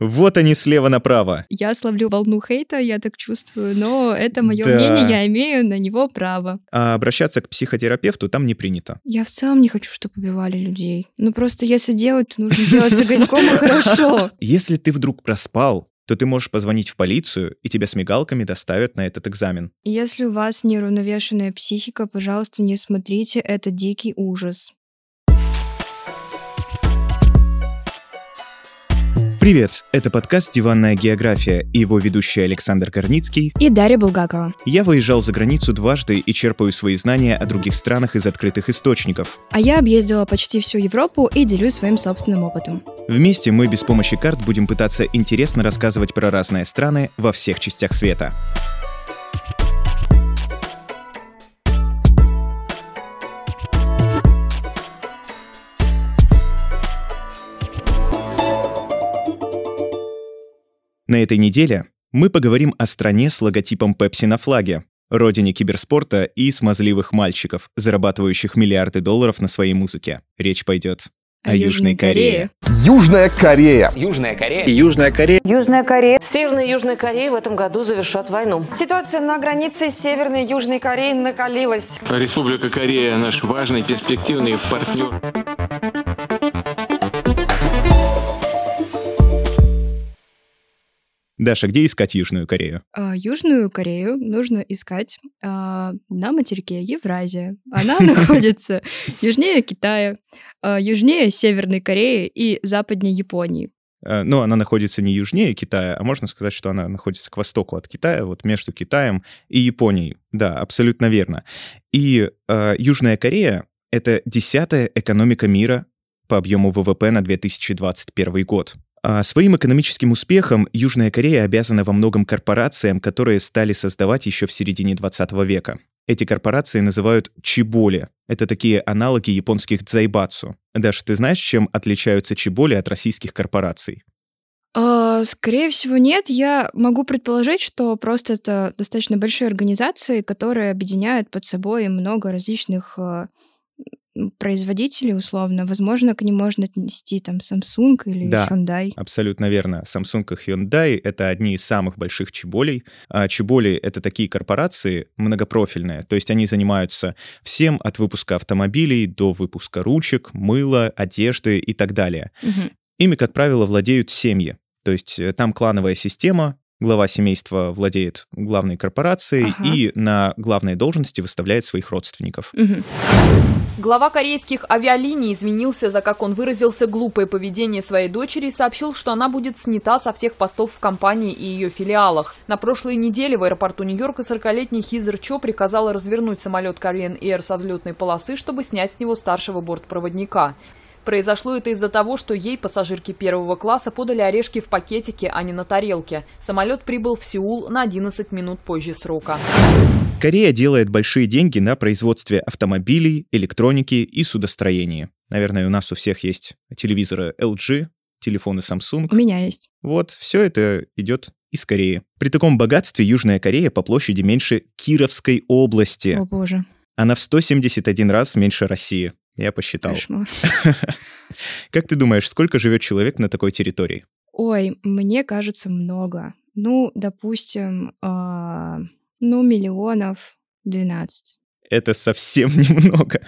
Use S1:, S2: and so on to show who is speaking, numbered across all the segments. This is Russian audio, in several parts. S1: Вот они слева направо.
S2: Я словлю волну хейта, я так чувствую, но это мое
S1: Да.
S2: мнение, я имею на него право.
S1: А обращаться к психотерапевту там не принято.
S3: Я в целом не хочу, чтобы убивали людей. Ну просто если делать, то нужно делать с огоньком и хорошо.
S1: Если ты вдруг проспал, то ты можешь позвонить в полицию, и тебя с мигалками доставят на этот экзамен.
S3: И Если у вас неравновешенная психика, пожалуйста, не смотрите, это дикий ужас.
S1: Привет! Это подкаст «Диванная география» и его ведущий Александр Корницкий.
S3: И Дарья Булгакова.
S1: Я выезжал за границу дважды и черпаю свои знания о других странах из открытых источников.
S3: А я объездила почти всю Европу и делюсь своим собственным опытом.
S1: Вместе мы без помощи карт будем пытаться интересно рассказывать про разные страны во всех частях света. На этой неделе мы поговорим о стране с логотипом Пепси на флаге, родине киберспорта и смазливых мальчиков, зарабатывающих миллиарды долларов на своей музыке. Речь пойдет о, А Южной Корее.
S4: Южная Корея.
S5: Южная Корея.
S6: Южная Корея.
S7: Южная Корея.
S8: Северная и Южная Корея в этом году завершат войну.
S9: Ситуация на границе Северной и Южной Кореи накалилась.
S10: Республика Корея наш важный перспективный партнер.
S1: Даша, где искать Южную Корею?
S3: А Южную Корею нужно искать а, на материке Евразия. Она находится южнее Китая, а, южнее Северной Кореи и западнее Японии.
S1: Э, Ну, она находится не южнее Китая, а можно сказать, что она находится к востоку от Китая, вот между Китаем и Японией. Да, абсолютно верно. И э, Южная Корея — это десятая экономика мира по объему ВВП на 2021 год. А своим экономическим успехом Южная Корея обязана во многом корпорациям, которые стали создавать еще в середине 20 века. Эти корпорации называют чиболи. Это такие аналоги японских дзайбацу. Даша, ты знаешь, чем отличаются чиболи от российских корпораций?
S3: А, Скорее всего, нет. Я могу предположить, что просто это достаточно большие организации, которые объединяют под собой много различных а, м, производителей, условно. Возможно, к ним можно отнести там Samsung или
S1: Да.
S3: Hyundai.
S1: Абсолютно верно. Samsung и Hyundai — это одни из самых больших чеболей. А чеболи — это такие корпорации многопрофильные, то есть они занимаются всем от выпуска автомобилей до выпуска ручек, мыла, одежды и так далее. Ими, как правило, владеют семьи, то есть э, там клановая система, глава семейства владеет главной корпорацией
S3: Ага.
S1: и на главные должности выставляет своих родственников.
S3: Мгм.
S11: Глава корейских авиалиний извинился за, как он выразился, глупое поведение своей дочери и сообщил, что она будет снята со всех постов в компании и ее филиалах. На прошлой неделе в аэропорту Нью-Йорка 40-летний Хизер Чо приказала развернуть самолет Korean Air со взлетной полосы, чтобы снять с него старшего бортпроводника. Произошло это из-за того, что ей, пассажирке первого класса, подали орешки в пакетике, а не на тарелке. Самолет прибыл в Сеул на 11 минут позже срока.
S1: Корея делает большие деньги на производстве автомобилей, электроники и судостроении. Наверное, у нас у всех есть телевизоры LG, телефоны
S3: У
S1: Samsung.
S3: меня есть.
S1: Вот, все это идет из Кореи. При таком богатстве Южная Корея по площади меньше Кировской области.
S3: О боже,
S1: Она в 171 раз меньше России. Я посчитал.
S3: кошмар.
S1: Как ты думаешь, сколько живет человек на такой территории?
S3: Ой, мне кажется, много. Ну, допустим, а, ну, миллионов 12.
S1: Это совсем немного.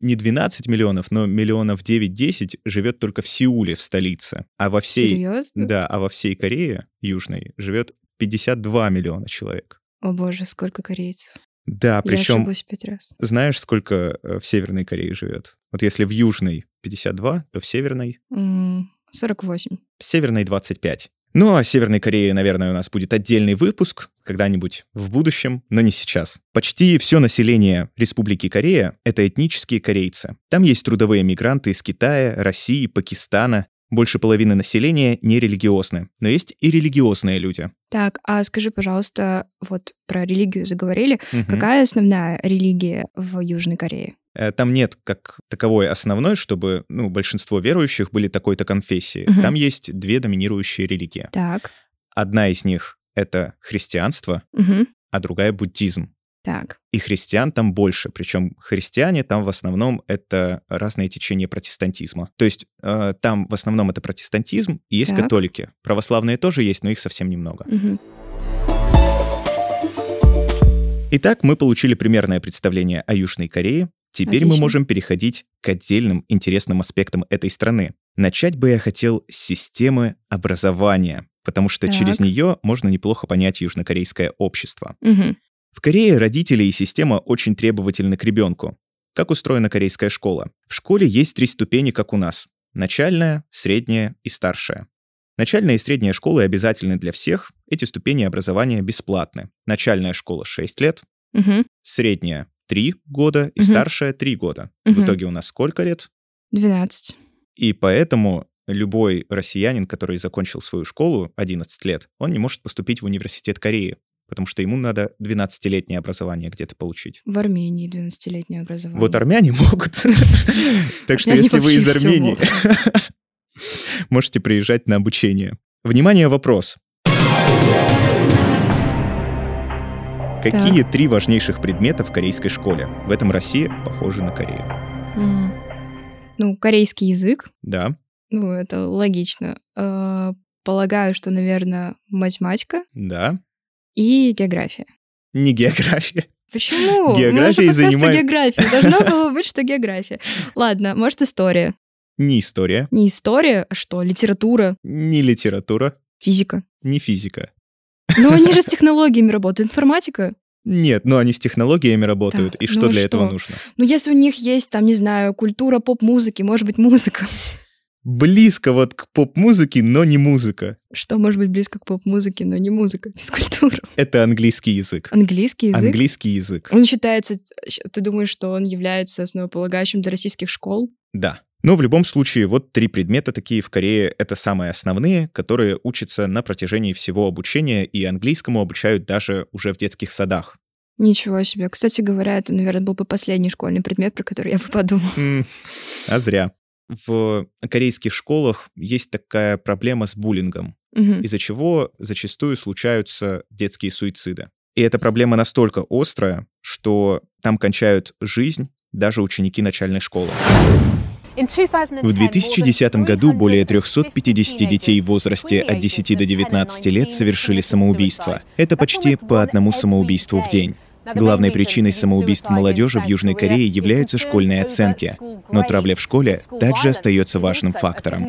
S1: Не 12 миллионов, но миллионов 9-10 живет только в Сеуле, в столице. А во всей
S3: Серьезно?
S1: Да, а во всей Корее Южной живет 52 миллиона человек.
S3: О боже, сколько корейцев.
S1: Да,
S3: Я
S1: причем
S3: ошиблась пять раз.
S1: знаешь, сколько э, в Северной Корее живет? Вот если в Южной 52, то в Северной...
S3: М, 48.
S1: В Северной 25. Ну, о Северной Корее, наверное, у нас будет отдельный выпуск когда-нибудь в будущем, но не сейчас. Почти все население Республики Корея — это этнические корейцы. Там есть трудовые мигранты из Китая, России, Пакистана. Больше половины населения нерелигиозны, но есть и религиозные люди.
S3: Так, а скажи, пожалуйста, вот про религию заговорили.
S1: Мгм.
S3: Какая основная религия в Южной Корее?
S1: Э, Там нет как таковой основной, чтобы ну, большинство верующих были такой-то конфессии.
S3: Мгм.
S1: Там есть две доминирующие религии.
S3: Так.
S1: Одна из них — это христианство,
S3: мгм.
S1: а другая — буддизм.
S3: Так.
S1: и христиан там больше. Причем христиане там в основном это разные течения протестантизма. То есть э, там в основном это протестантизм и есть
S3: Так.
S1: католики. Православные тоже есть, но их совсем немного.
S3: Мгм.
S1: Итак, мы получили примерное представление о Южной Корее. Теперь мы
S3: Отлично.
S1: можем переходить к отдельным интересным аспектам этой страны. Начать бы я хотел с системы образования, потому что
S3: Так.
S1: через нее можно неплохо понять южнокорейское общество.
S3: Мгм.
S1: В Корее родители и система очень требовательны к ребенку. Как устроена корейская школа? В школе есть три ступени, как у нас. Начальная, средняя и старшая. Начальная и средняя школы обязательны для всех. Эти ступени образования бесплатны. Начальная школа 6 лет,
S3: Мгм.
S1: средняя 3 года и
S3: Мгм.
S1: старшая 3 года. В
S3: Мгм.
S1: итоге у нас сколько лет?
S3: 12.
S1: И поэтому любой россиянин, который закончил свою школу 11 лет, он не может поступить в университет Кореи, потому что ему надо 12-летнее образование где-то получить.
S3: В Армении 12-летнее образование.
S1: Вот армяне могут. Так что
S3: Армяне
S1: если вы из
S3: вообще всё
S1: Армении, можете приезжать на обучение. Внимание, вопрос. Какие три важнейших предмета в корейской школе? В этом Россия похожа на Корею.
S3: М. Ну, корейский язык.
S1: Да,
S3: Ну, это логично. Э, Полагаю, что, наверное, математика
S1: да.
S3: и география.
S1: Не география.
S3: Почему? Мы
S1: Географией
S3: же подкаст про
S1: занимаем-
S3: географию. Должно было быть, что география. Ладно, может, история.
S1: Не история,
S3: Не история, а что? Литература,
S1: не литература,
S3: физика.
S1: не физика.
S3: Ну, они же с технологиями работают. Информатика.
S1: Нет, но они с технологиями работают.
S3: Так,
S1: И
S3: ну
S1: что
S3: а
S1: для этого
S3: что?
S1: нужно?
S3: Ну, если у них есть, там, не знаю, культура поп-музыки, может быть, музыка.
S1: Близко вот к поп-музыке, но не музыка.
S3: Что может быть близко к поп-музыке, но не музыка, физкультура.
S1: Это английский язык.
S3: Английский язык.
S1: Английский язык.
S3: Он считается... Ты думаешь, что он является основополагающим для российских школ?
S1: Да. Но в любом случае, вот три предмета такие в Корее — это самые основные, которые учатся на протяжении всего обучения, и английскому обучают даже уже в детских садах.
S3: Ничего себе. Кстати говоря, это, наверное, был бы последний школьный предмет, про который я бы подумала.
S1: М, А зря. В корейских школах есть такая проблема с буллингом,
S3: Мгм.
S1: из-за чего зачастую случаются детские суициды. И эта проблема настолько острая, что там кончают жизнь даже ученики начальной школы.
S12: В 2010 году более 350 детей в возрасте от 10 до 19 лет совершили самоубийство. Это почти по одному самоубийству в день. Главной причиной самоубийств молодежи в Южной Корее являются школьные оценки. Но травля в школе также остается важным фактором.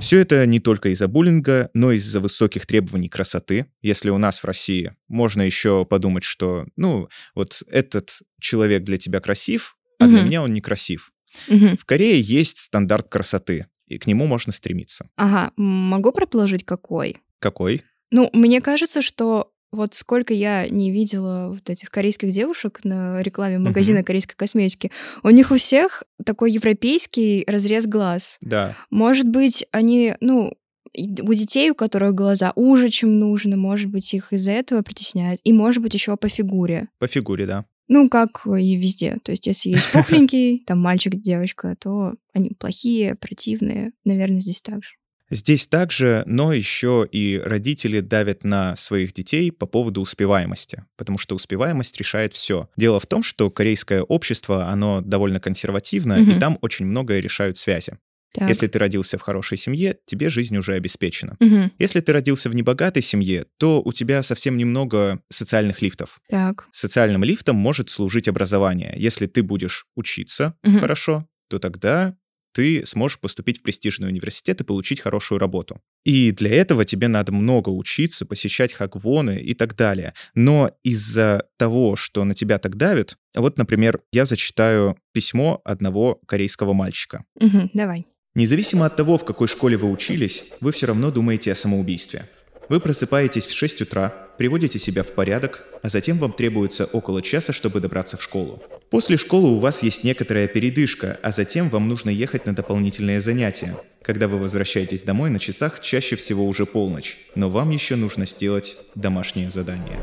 S1: Все это не только из-за буллинга, но и из-за высоких требований красоты. Если у нас в России можно еще подумать, что, ну, вот этот человек для тебя красив, а для
S3: Мгм.
S1: меня он некрасив.
S3: Мгм.
S1: В Корее есть стандарт красоты, и к нему можно стремиться.
S3: Ага, м, могу предположить, какой?
S1: Какой?
S3: Ну, мне кажется, что вот сколько я не видела вот этих корейских девушек на рекламе магазина корейской косметики, у них у всех такой европейский разрез глаз.
S1: Да.
S3: Может быть, они, ну, и у детей, у которых глаза уже, чем нужно, может быть, их из-за этого притесняют. И, может быть, еще по фигуре.
S1: По фигуре, да.
S3: Ну, как и везде. То есть, если есть пухленький, там мальчик, девочка, то они плохие, противные. Наверное, здесь так же.
S1: Здесь также, но еще и родители давят на своих детей по поводу успеваемости, потому что успеваемость решает все. Дело в том, что корейское общество, оно довольно консервативно, и
S3: Мгм.
S1: там очень многое решают связи.
S3: Так.
S1: Если ты родился в хорошей семье, тебе жизнь уже обеспечена.
S3: Мгм.
S1: Если ты родился в небогатой семье, то у тебя совсем немного социальных лифтов.
S3: Так.
S1: Социальным лифтом может служить образование. Если ты будешь учиться
S3: Мгм.
S1: хорошо, то тогда ты сможешь поступить в престижный университет и получить хорошую работу. И для этого тебе надо много учиться, посещать хаквоны и так далее. Но из-за того, что на тебя так давит, вот, например, я зачитаю письмо одного корейского мальчика.
S3: Мгм. Давай.
S1: Независимо от того, в какой школе вы учились, вы все равно думаете о самоубийстве. Вы просыпаетесь в 6 утра, приводите себя в порядок, а затем вам требуется около часа, чтобы добраться в школу. После школы у вас есть некоторая передышка, а затем вам нужно ехать на дополнительные занятия. Когда вы возвращаетесь домой, на часах чаще всего уже полночь, но вам еще нужно сделать домашнее задание.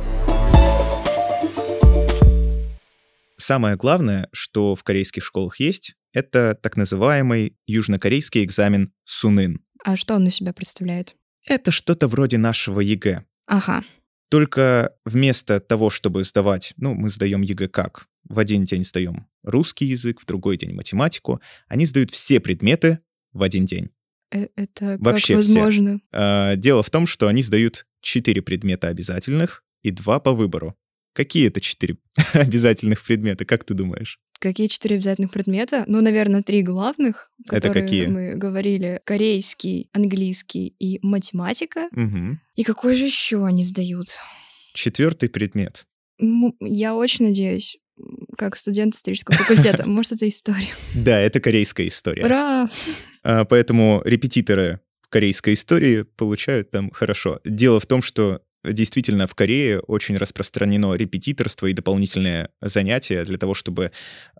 S1: Самое главное, что в корейских школах есть, это так называемый южнокорейский экзамен Сунын.
S3: А что он из себя представляет?
S1: Это что-то вроде нашего ЕГЭ.
S3: Ага.
S1: Только вместо того, чтобы сдавать, ну, мы сдаем ЕГЭ как? В один день сдаем русский язык, в другой день математику. Они сдают все предметы в один день.
S3: Э, Это
S1: Вообще
S3: как возможно?
S1: А, Дело в том, что они сдают четыре предмета обязательных и два по выбору. Какие это четыре обязательных предмета, как ты думаешь?
S3: Какие четыре обязательных предмета? Ну, наверное, три главных,
S1: Это
S3: которые
S1: какие?
S3: мы говорили. Корейский, английский и математика.
S1: Мгм.
S13: И какой же еще они сдают?
S1: Четвертый предмет.
S3: М, Я очень надеюсь, м, как студент исторического факультета. Может, это история.
S1: Да, это корейская история.
S3: Ура!
S1: А, Поэтому репетиторы корейской истории получают там хорошо. Дело в том, что действительно в Корее очень распространено репетиторство и дополнительные занятия для того, чтобы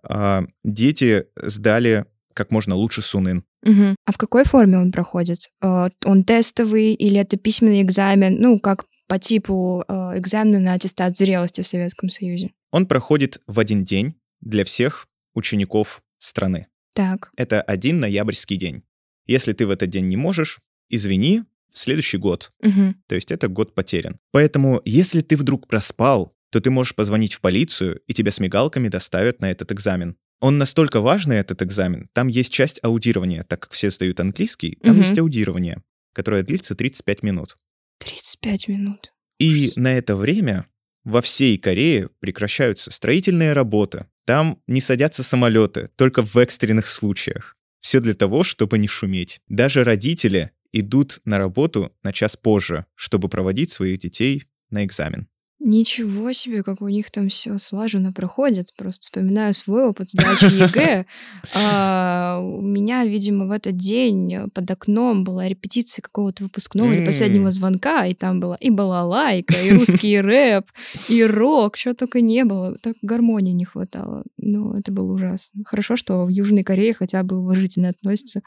S1: а, дети сдали как можно лучше сунын.
S13: Мгм. А в какой форме он проходит? Э, Он тестовый или это письменный экзамен? Ну, как по типу э, экзамена на аттестат зрелости в Советском Союзе.
S1: Он проходит в один день для всех учеников страны.
S13: Так.
S1: Это один ноябрьский день. Если ты в этот день не можешь, извини, в следующий год
S13: Мгм.
S1: То есть это год потерян. Поэтому, если ты вдруг проспал, то ты можешь позвонить в полицию, и тебя с мигалками доставят на этот экзамен. Он настолько важный, этот экзамен. Там есть часть аудирования, так как все сдают английский, там
S13: Мгм.
S1: есть аудирование, которое длится 35 минут.
S13: 35 минут.
S1: И на это время во всей Корее прекращаются строительные работы. Там не садятся самолеты, только в экстренных случаях. Все для того, чтобы не шуметь. Даже родители идут на работу на час позже, чтобы проводить своих детей на экзамен.
S3: Ничего себе, как у них там все слаженно проходит. Просто вспоминаю свой опыт сдачи ЕГЭ. А, У меня, видимо, в этот день под окном была репетиция какого-то выпускного или
S1: М.
S3: последнего звонка, и там была и балалайка, и русский рэп, и рок, чего только не было. Так гармонии не хватало. Но это было ужасно. Хорошо, что в Южной Корее хотя бы уважительно относятся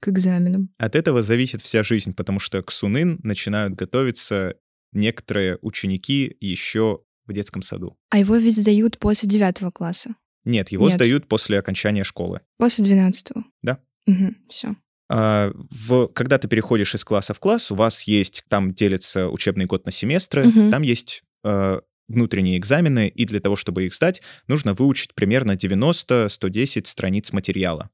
S3: к экзаменам.
S1: От этого зависит вся жизнь, потому что к сунын начинают готовиться некоторые ученики еще в детском саду.
S13: А его ведь сдают после 9 класса.
S1: Нет, его
S13: Нет.
S1: сдают после окончания школы.
S13: После 12.
S1: Да.
S13: Все.
S1: А, в- когда ты переходишь из класса в класс, у вас есть, там делится учебный год на семестры,
S13: Мгм.
S1: там есть э, внутренние экзамены, и для того, чтобы их сдать, нужно выучить примерно 90-110 страниц материала.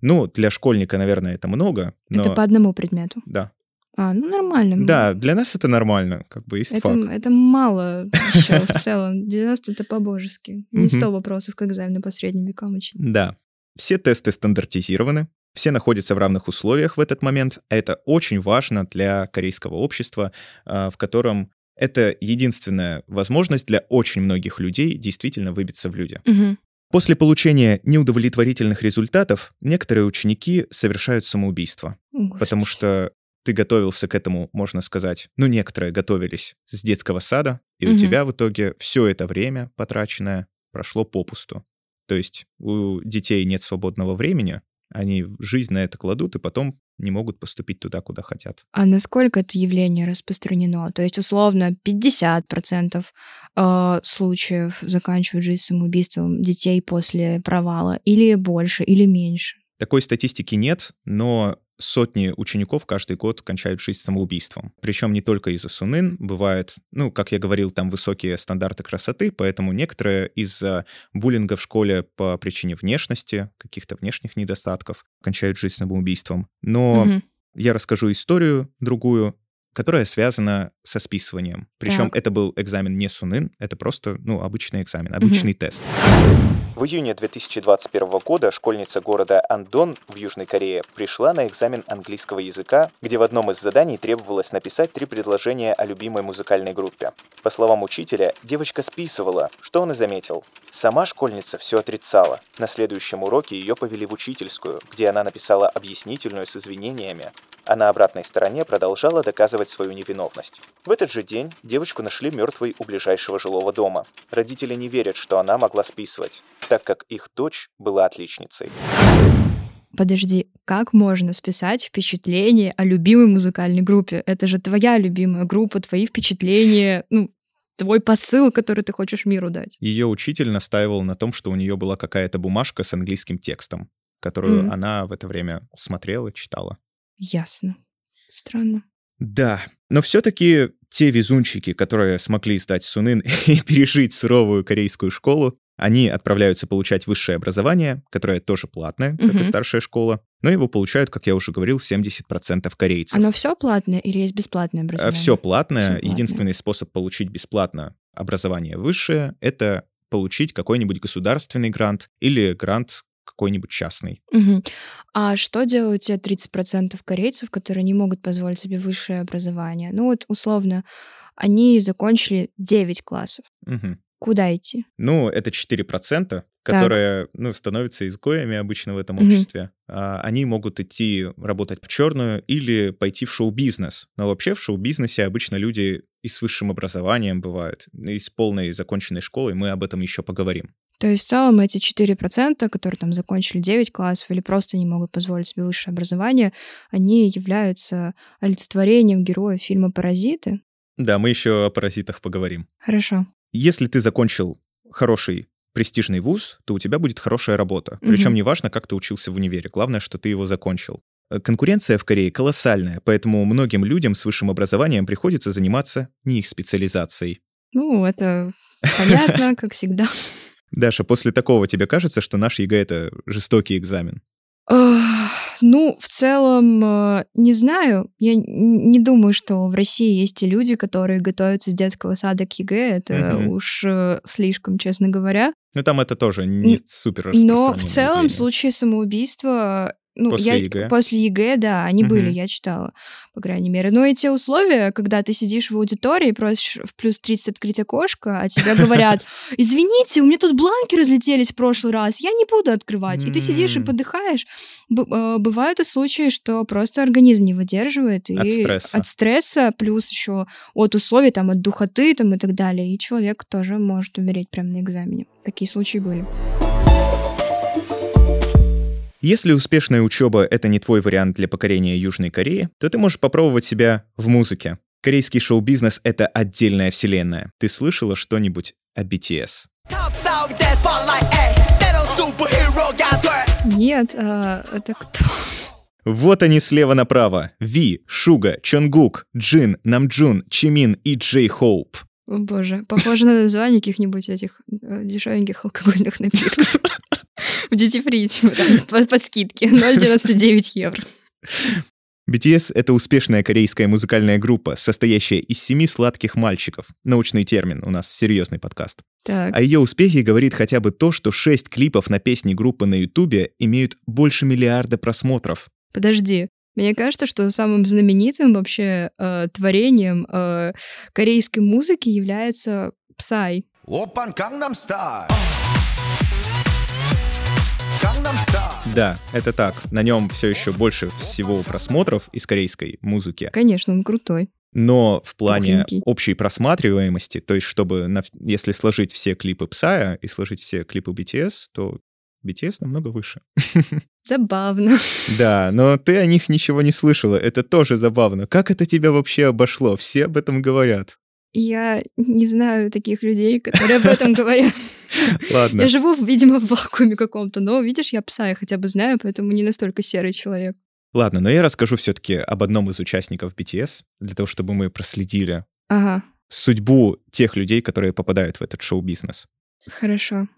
S1: Ну, для школьника, наверное, это много, но...
S13: Это по одному предмету.
S1: Да.
S13: А, ну нормально.
S1: да, для нас это нормально, как бы есть
S3: Это,
S1: факт.
S3: это мало еще в целом. 90 это по-божески. Не 100
S1: Мгм.
S3: вопросов к экзамену по средним векам учить.
S1: Да. Все тесты стандартизированы, все находятся в равных условиях в этот момент, а это очень важно для корейского общества, а, в котором это единственная возможность для очень многих людей действительно выбиться в люди.
S13: Мгм.
S1: После получения неудовлетворительных результатов некоторые ученики совершают самоубийство,
S3: О, Господи.
S1: потому что ты готовился к этому, можно сказать, ну некоторые готовились с детского сада, и у
S13: Мгм.
S1: тебя в итоге все это время потраченное прошло попусту. То есть у детей нет свободного времени, они жизнь на это кладут и потом не могут поступить туда, куда хотят.
S13: А насколько это явление распространено? То есть, условно, 50% э, случаев заканчивают жизнь самоубийством детей после провала, или больше, или меньше.
S1: Такой статистики нет, но сотни учеников каждый год кончают жизнь самоубийством. Причем не только из-за сунын, бывает, ну, как я говорил, там высокие стандарты красоты, поэтому некоторые из-за буллинга в школе по причине внешности, каких-то внешних недостатков, кончают жизнь самоубийством. Но
S13: Мгм.
S1: я расскажу историю другую, которая связана со списыванием. Причем
S13: Так.
S1: это был экзамен не сунын, это просто, ну, обычный экзамен, обычный тест. В июне 2021 года школьница города Андон в Южной Корее пришла на экзамен английского языка, где в одном из заданий требовалось написать три предложения о любимой музыкальной группе. По словам учителя, девочка списывала, что он и заметил. Сама школьница все отрицала. На следующем уроке ее повели в учительскую, где она написала объяснительную с извинениями, а на обратной стороне продолжала доказывать свою невиновность. В этот же день девочку нашли мертвой у ближайшего жилого дома. Родители не верят, что она могла списывать, так как их дочь была отличницей.
S3: Подожди, как можно списать впечатление о любимой музыкальной группе? Это же твоя любимая группа, твои впечатления, ну, твой посыл, который ты хочешь миру дать.
S1: Ее учитель настаивал на том, что у нее была какая-то бумажка с английским текстом, которую
S3: Мгм.
S1: она в это время смотрела, читала.
S13: Ясно. Странно.
S1: Да, но все-таки те везунчики, которые смогли стать сунын и пережить суровую корейскую школу, они отправляются получать высшее образование, которое тоже платное, как
S3: Мгм.
S1: и старшая школа, но его получают, как я уже говорил, 70% корейцев.
S3: Оно все платное или есть бесплатное образование?
S1: Все платное.
S3: Всё платное.
S1: Единственный способ получить бесплатно образование высшее — это получить какой-нибудь государственный грант или грант какой-нибудь частный.
S3: Мгм. А что делают те 30% корейцев, которые не могут позволить себе высшее образование? Ну вот, условно, они закончили 9 классов.
S1: Мгм.
S3: Куда идти?
S1: Ну, это 4%, которые ну, становятся изгоями обычно в этом
S3: Мгм.
S1: обществе. А, Они могут идти работать в черную или пойти в шоу-бизнес. Но вообще в шоу-бизнесе обычно люди и с высшим образованием бывают, и с полной законченной школой. Мы об этом еще поговорим.
S3: То есть в целом эти 4%, которые там закончили 9 классов или просто не могут позволить себе высшее образование, они являются олицетворением героя фильма «Паразиты».
S1: Да, мы еще о паразитах поговорим.
S3: Хорошо.
S1: если ты закончил хороший престижный вуз, то у тебя будет хорошая работа. Причем
S3: Мгм.
S1: неважно, как ты учился в универе, главное, что ты его закончил. Э, Конкуренция в Корее колоссальная, поэтому многим людям с высшим образованием приходится заниматься не их специализацией.
S3: Ну, это понятно, как всегда.
S1: Даша, после такого тебе кажется, что наш ЕГЭ — это жестокий экзамен?
S3: Ах, Ну, в целом, э, не знаю. Я н- не думаю, что в России есть те люди, которые готовятся с детского сада к ЕГЭ. Это
S1: Мгм.
S3: уж э, слишком, честно говоря.
S1: Ну, там это тоже не
S3: Н-
S1: супер
S3: Но в
S1: распространенное
S3: целом
S1: явление.
S3: случаи самоубийства... Ну,
S1: После
S3: я-
S1: ЕГЭ?
S3: После ЕГЭ, да, они
S1: Мгм.
S3: были, я читала, по крайней мере. Но и те условия, когда ты сидишь в аудитории, просишь в плюс 30 открыть окошко, а тебе говорят, извините, у меня тут бланки разлетелись в прошлый раз, я не буду открывать. И ты сидишь и
S1: М.
S3: подыхаешь. Б- э, Бывают и случаи, что просто организм не выдерживает. И
S1: От стресса.
S3: От стресса, плюс еще от условий, там, от духоты там, и так далее. И человек тоже может умереть прямо на экзамене. Такие случаи были.
S1: Если успешная учеба — это не твой вариант для покорения Южной Кореи, то ты можешь попробовать себя в музыке. Корейский шоу-бизнес — это отдельная вселенная. Ты слышала что-нибудь о BTS?
S3: Нет, а, это кто?
S1: Вот они слева направо. Ви, Шуга, Чонгук, Джин, Намджун, Чимин и Джей Хоуп.
S3: О, боже, похоже на название каких-нибудь этих э, дешевеньких алкогольных напитков. В duty free, типа, там, по, по скидке, 0,99 евро.
S1: BTS — это успешная корейская музыкальная группа, состоящая из семи сладких мальчиков. Научный термин, у нас серьезный подкаст.
S3: Так,
S1: О ее успехе А говорит хотя бы то, что шесть клипов на песни группы на Ютубе имеют больше миллиарда просмотров.
S3: подожди. Мне кажется, что самым знаменитым вообще э, творением э, корейской музыки является Псай.
S4: Опан Кангнам Стайл. Кангнам Стайл.
S1: Да, это так. На нем все еще больше всего просмотров из корейской музыки.
S3: Конечно, он крутой.
S1: Но в плане
S3: Пухленький.
S1: общей просматриваемости, то есть чтобы, на в- если сложить все клипы Псая и сложить все клипы BTS, то BTS намного выше.
S3: Забавно.
S1: Да, но ты о них ничего не слышала. Это тоже забавно. Как это тебя вообще обошло? Все об этом говорят.
S3: Я не знаю таких людей, которые об этом говорят.
S1: Ладно.
S3: Я живу, видимо, в вакууме каком-то, но, видишь, я пса, я хотя бы знаю, поэтому не настолько серый человек.
S1: Ладно, но я расскажу все-таки об одном из участников BTS, для того, чтобы мы проследили
S3: Ага,
S1: судьбу тех людей, которые попадают в этот шоу-бизнес.
S3: хорошо.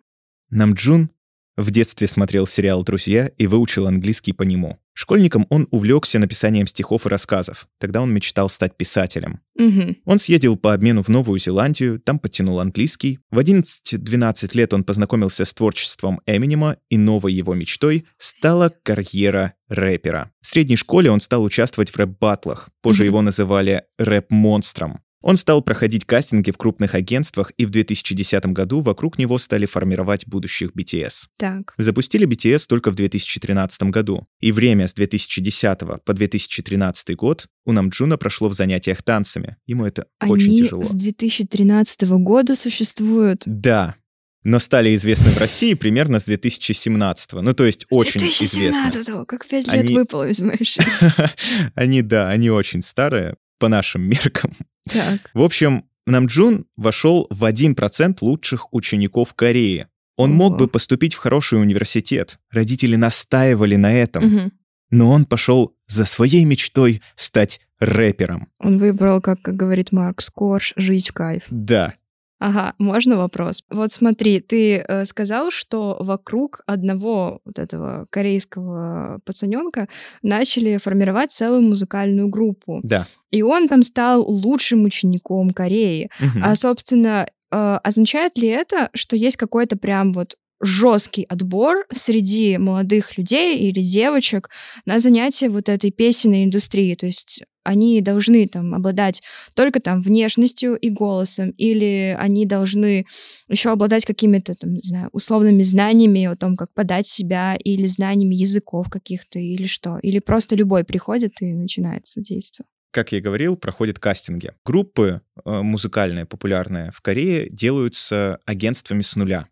S1: Намджун в детстве смотрел сериал «Друзья» и выучил английский по нему. Школьником он увлекся написанием стихов и рассказов. Тогда он мечтал стать писателем.
S3: Мгм.
S1: Он съездил по обмену в Новую Зеландию, там подтянул английский. В 11-12 лет он познакомился с творчеством Эминема, и новой его мечтой стала карьера рэпера. В средней школе он стал участвовать в рэп-баттлах, позже
S3: Мгм.
S1: его называли рэп-монстром. Он стал проходить кастинги в крупных агентствах, и в 2010 году вокруг него стали формировать будущих BTS.
S3: Так.
S1: Запустили BTS только в 2013 году, и время с 2010 по 2013 год у Намджуна прошло в занятиях танцами. Ему это очень
S3: Они
S1: тяжело.
S3: с 2013 года существуют.
S1: Да, но стали известны в России примерно с 2017. Ну, то есть очень известны.
S3: 2017-го, как пять лет
S1: Они-
S3: выпало из моей жизни.
S1: Они, да, они очень старые по нашим меркам.
S3: Так.
S1: В общем, Намджун вошел в 1% лучших учеников Кореи. Он мог
S3: Ого.
S1: бы поступить в хороший университет. Родители настаивали на этом.
S3: Мгм.
S1: но он пошел за своей мечтой стать рэпером.
S3: Он выбрал, как говорит Марк Скорш, жизнь в кайф.
S1: Да,
S3: Ага, можно вопрос? Вот смотри, ты э, сказал, что вокруг одного вот этого корейского пацаненка начали формировать целую музыкальную группу.
S1: да.
S3: И он там стал лучшим учеником Кореи.
S1: Мгм.
S3: А, собственно, э, означает ли это, что есть какой-то прям вот жесткий отбор среди молодых людей или девочек на занятия вот этой песенной индустрии. То есть они должны там обладать только там внешностью и голосом, или они должны еще обладать какими-то там, не знаю, условными знаниями о том, как подать себя, или знаниями языков каких-то, или что. Или просто любой приходит и начинается действие.
S1: как я и говорил, проходят кастинги. Группы э, музыкальные, популярные в Корее делаются агентствами с нуля.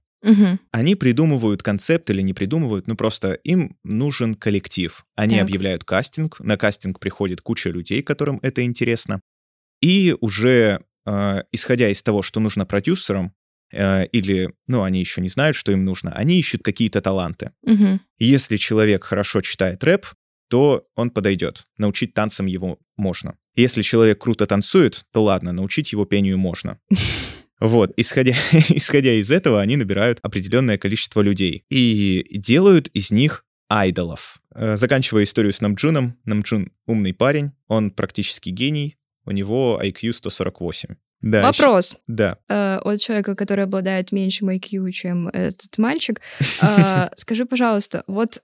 S1: Они придумывают концепт или не придумывают, ну просто им нужен коллектив. Они
S3: Так.
S1: объявляют кастинг, на кастинг приходит куча людей, которым это интересно. И уже э, исходя из того, что нужно продюсерам, э, или, ну, они еще не знают, что им нужно, они ищут какие-то таланты. Если человек хорошо читает рэп, то он подойдет. Научить танцам его можно. Если человек круто танцует, то ладно, научить его пению можно. Вот, исходя, исходя из этого, они набирают определенное количество людей и делают из них айдолов. Э, Заканчивая историю с Намджуном, Намджун умный парень, он практически гений, у него IQ 148. Да, щ-
S3: Вопрос.
S1: Да,
S3: э, от человека, который обладает меньшим IQ, чем этот мальчик. Э, Скажи, пожалуйста, вот,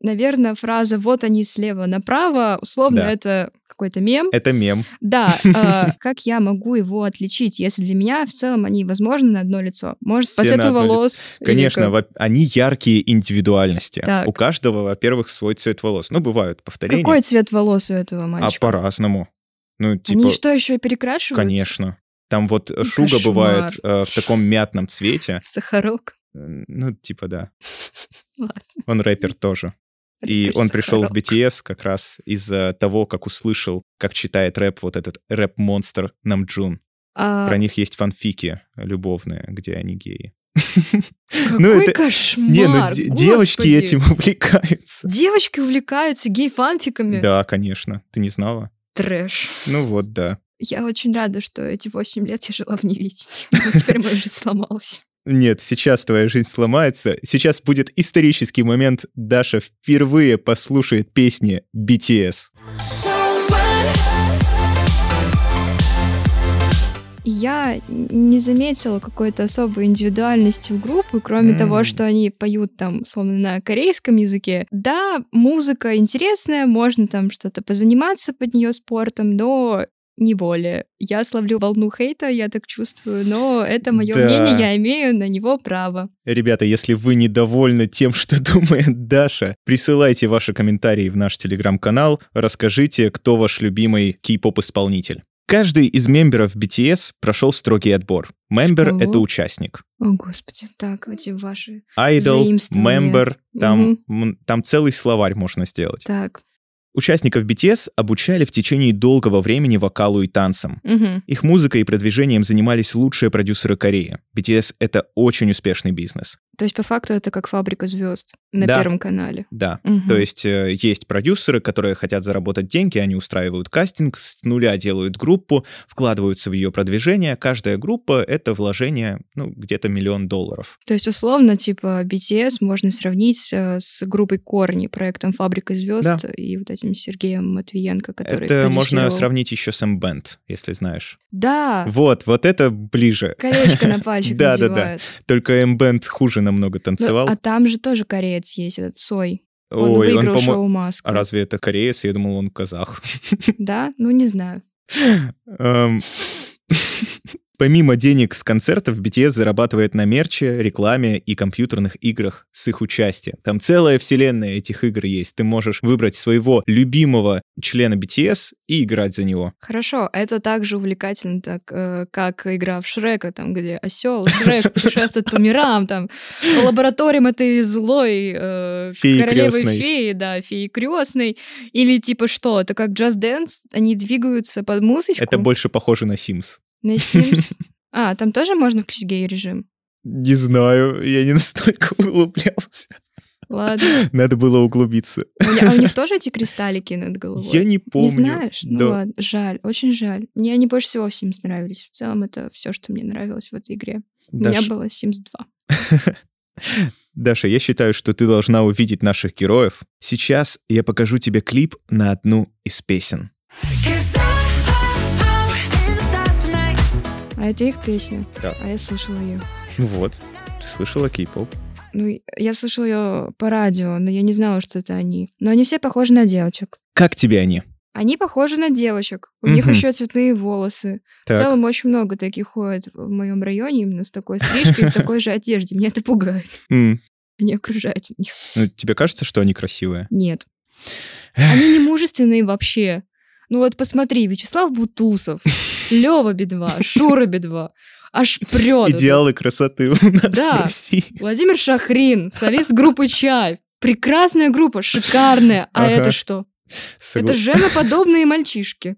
S3: наверное, фраза «вот они слева направо», условно,
S1: Да. Э.
S3: это какой-то мем.
S1: это мем.
S3: Да, э, как я могу его отличить, если для меня в целом они, возможно, на одно лицо? Может, по
S1: Все на
S3: цвету
S1: одно лицо.
S3: волос? или
S1: Конечно,
S3: как-
S1: во- они яркие индивидуальности.
S3: Так.
S1: У каждого, во-первых, свой цвет волос. Ну, бывают повторения.
S3: Какой цвет волос у этого
S1: А
S3: мальчика?
S1: по-разному. Ну, типа,
S3: Они что, еще и перекрашиваются?
S1: конечно. Там вот э, шуга
S3: Кошмар.
S1: бывает э, в таком мятном цвете.
S3: Сахарок.
S1: Э, Ну, типа, да.
S3: Ладно.
S1: Он рэпер тоже. И
S3: Рэпер
S1: он пришел в
S3: Сахарок.
S1: BTS как раз из-за того, как услышал, как читает рэп вот этот рэп-монстр Намджун.
S3: А,
S1: Про них есть фанфики любовные, где они геи.
S3: Какой
S1: Ну, это-
S3: кошмар,
S1: Не, ну де- девочки
S3: господи.
S1: этим увлекаются.
S3: Девочки увлекаются гей-фанфиками.
S1: Да, конечно. Ты не знала?
S3: Трэш.
S1: Ну вот, да.
S3: Я очень рада, что эти восемь лет я жила в неведении. Но Теперь моя жизнь сломалась.
S1: Нет, сейчас твоя жизнь сломается. Сейчас будет исторический момент. Даша впервые послушает песни BTS.
S3: Я не заметила какой-то особой индивидуальности у группы, кроме
S1: М.
S3: того, что они поют там, словно на корейском языке. Да, музыка интересная, можно там что-то позаниматься под нее спортом, но не более. Я словлю волну хейта, я так чувствую, но это мое
S1: Да.
S3: мнение, я имею на него право.
S1: Ребята, если вы недовольны тем, что думает Даша, присылайте ваши комментарии в наш телеграм-канал, расскажите, кто ваш любимый кей-поп-исполнитель. Каждый из мемберов BTS прошел строгий отбор. Мембер —
S3: Что?
S1: это участник.
S3: О, господи, так, эти ваши...
S1: Айдол,
S3: Заимствование.
S1: мембер, там, м, там целый словарь можно сделать.
S3: Так.
S1: Участников BTS обучали в течение долгого времени вокалу и танцам.
S3: Мгм.
S1: Их музыкой и продвижением занимались лучшие продюсеры Кореи. BTS — это очень успешный бизнес.
S3: То есть, по факту, это как фабрика звезд на
S1: Да.
S3: Первом канале.
S1: Да.
S3: Мгм.
S1: То есть э, есть продюсеры, которые хотят заработать деньги, они устраивают кастинг, с нуля делают группу, вкладываются в ее продвижение. Каждая группа — это вложение, ну, где-то миллион долларов.
S3: То есть, условно, типа BTS можно сравнить э, с группой Корни, проектом Фабрика звезд и вот этим Сергеем Матвиенко, который. их
S1: это можно
S3: продюсировал.
S1: сравнить еще с M-Band, если знаешь.
S3: Да!
S1: Вот, вот это ближе.
S3: Колечко на пальчик
S1: Да, да, да.
S3: надевают.
S1: Только M-Band хуже намного
S3: Ну,
S1: танцевал.
S3: а там же тоже кореец есть, этот Сой.
S1: Ой,
S3: Он
S1: он,
S3: выиграл
S1: по-мо-
S3: шоу «Маска».
S1: А разве это кореец? Я думал, он казах.
S3: Да? Ну, не знаю.
S1: Эм, Помимо денег с концертов, BTS зарабатывает на мерче, рекламе и компьютерных играх с их участия. Там целая вселенная этих игр есть. Ты можешь выбрать своего любимого члена BTS и играть за него.
S3: Хорошо, а это так же увлекательно, так, э, как игра в Шрека, там, где осел, Шрек путешествует по мирам, там, по лабораториям этой злой э,
S1: Феи
S3: королевы
S1: крёстной.
S3: феи, да, феи крестной. Или типа что, это как Just Dance, они двигаются под музычку
S1: Это больше похоже на Sims.
S3: на Sims. А, там тоже можно включить гей-режим?
S1: Не знаю, я не настолько углублялся.
S3: Ладно.
S1: Надо было углубиться.
S3: У них- А у них тоже эти кристаллики над головой?
S1: Я не помню.
S3: Не знаешь?
S1: Да.
S3: Ну ладно, жаль, очень жаль. Мне они больше всего в Sims нравились. В целом это все, что мне нравилось в этой игре. У меня
S1: Даш-
S3: было Sims 2.
S1: Даша, я считаю, что ты должна увидеть наших героев. Сейчас я покажу тебе клип на одну из песен.
S3: А это их песня.
S1: Да.
S3: А я слышала ее.
S1: Ну Вот, ты слышала кей-поп.
S3: Ну, я слышала ее по радио, но я не знала, что это они. Но они все похожи на девочек.
S1: Как тебе они?
S3: Они похожи на девочек. У них
S1: Мгм.
S3: еще цветные волосы.
S1: Так.
S3: В целом очень много таких ходит в моем районе именно с такой стрижкой и в такой же одежде. Меня это пугает.
S1: М,
S3: Они окружают них.
S1: Ну, тебе кажется, что они красивые?
S3: Нет. Они не мужественные вообще. Ну вот посмотри, Вячеслав Бутусов, Лева Бедва, Шура Бедва, аж прет.
S1: Идеалы красоты у нас
S3: Да.
S1: в России.
S3: Владимир Шахрин, солист группы «Чай». Прекрасная группа, шикарная. А
S1: Ага.
S3: это что?
S1: Согла-
S3: Это женоподобные мальчишки.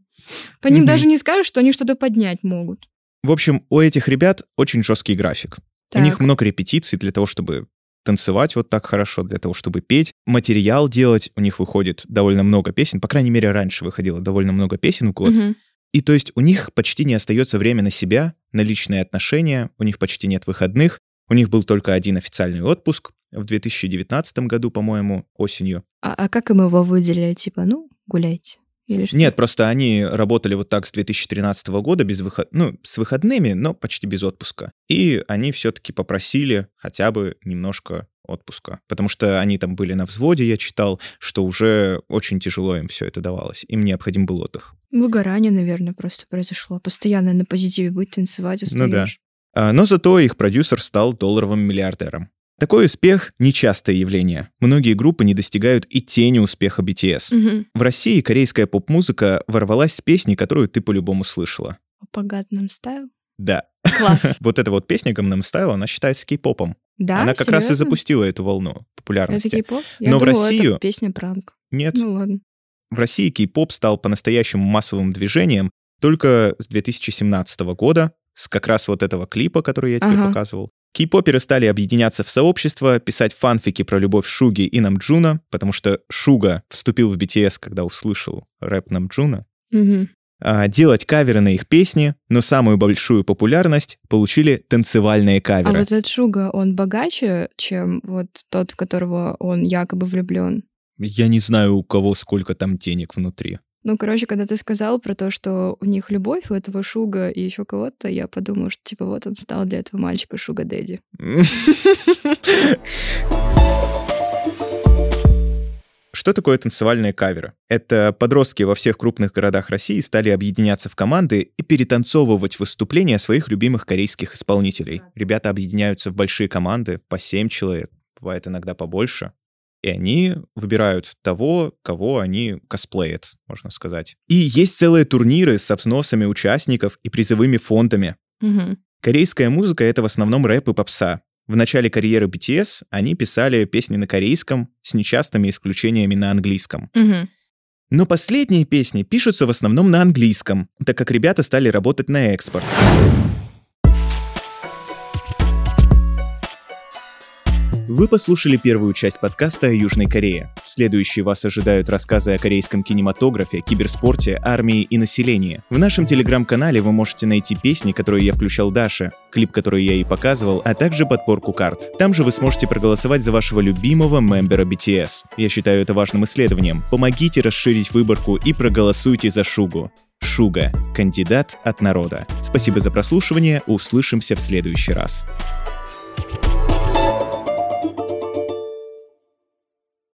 S3: По ним
S1: Мгм.
S3: даже не скажешь, что они что-то поднять могут.
S1: В общем, у этих ребят очень жесткий график. У них много репетиций для того, чтобы танцевать вот так хорошо, для того, чтобы петь. Материал делать у них выходит довольно много песен. По крайней мере, раньше выходило довольно много песен в год.
S3: Мгм.
S1: И то есть у них почти не остается время на себя, на личные отношения, у них почти нет выходных, у них был только один официальный отпуск в 2019 году, по-моему, осенью.
S3: А, а как им его выделили? Типа, ну, гуляйте. Или что?
S1: Нет, просто они работали вот так с 2013 года без выход... ну, с выходными, но почти без отпуска. И они все-таки попросили хотя бы немножко отпуска, потому что они там были на взводе, я читал, что уже очень тяжело им все это давалось, им необходим был отдых.
S3: Выгорание, наверное, просто произошло. Постоянно на позитиве будет танцевать,
S1: Ну да.
S3: устаешь.
S1: А, Но зато их продюсер стал долларовым миллиардером. Такой успех – нечастое явление. Многие группы не достигают и тени успеха BTS.
S3: Мгм.
S1: В России корейская поп-музыка ворвалась с песней, которую ты по-любому слышала.
S3: По гадным стайл.
S1: Да.
S3: Класс.
S1: Вот эта вот песня Gangnam Style, она считается кей-попом.
S3: Да,
S1: она как раз и
S3: серьезно?
S1: запустила эту волну
S3: Это
S1: популярности.
S3: кей-поп? Я
S1: Но в
S3: думала,
S1: Россию-
S3: это песня пранк.
S1: Нет,
S3: Ну ладно.
S1: в России кей-поп стал по-настоящему массовым движением только с 2017 года, с как раз вот этого клипа, который я тебе
S3: Ага.
S1: показывал. Кей-поперы стали объединяться в сообщество, писать фанфики про любовь Шуги и Намджуна, потому что Шуга вступил в BTS, когда услышал рэп Намджуна,
S3: Мгм.
S1: а, делать каверы на их песни, но самую большую популярность получили танцевальные
S3: А
S1: каверы.
S3: вот этот Шуга, он богаче, чем вот тот, в которого он якобы влюблен?
S1: Я не знаю, у кого сколько там денег внутри.
S3: Ну, короче, когда ты сказал про то, что у них любовь, у этого Шуга и еще кого-то, я подумала, что типа вот он стал для этого мальчика Шуга Дэдди.
S1: Что такое танцевальные каверы? Это подростки во всех крупных городах России стали объединяться в команды и перетанцовывать выступления своих любимых корейских исполнителей. Ребята объединяются в большие команды, по 7 человек, бывает иногда побольше. И они выбирают того, кого они косплеят, можно сказать. И есть целые турниры со взносами участников и призовыми фондами. Корейская музыка — это в основном рэп и попса. В начале карьеры BTS они писали песни на корейском с нечастыми исключениями на английском. Но последние песни пишутся в основном на английском, так как ребята стали работать на экспорт. Вы послушали первую часть подкаста о Южной Корее. Следующие вас ожидают рассказы о корейском кинематографе, киберспорте, армии и населении. В нашем телеграм-канале вы можете найти песни, которые я включал Даше, клип, который я ей показывал, а также подборку карт. Там же вы сможете проголосовать за вашего любимого мембера BTS. Я считаю это важным исследованием. Помогите расширить выборку и проголосуйте за Шугу. Шуга – кандидат от народа. Спасибо за прослушивание, услышимся в следующий раз.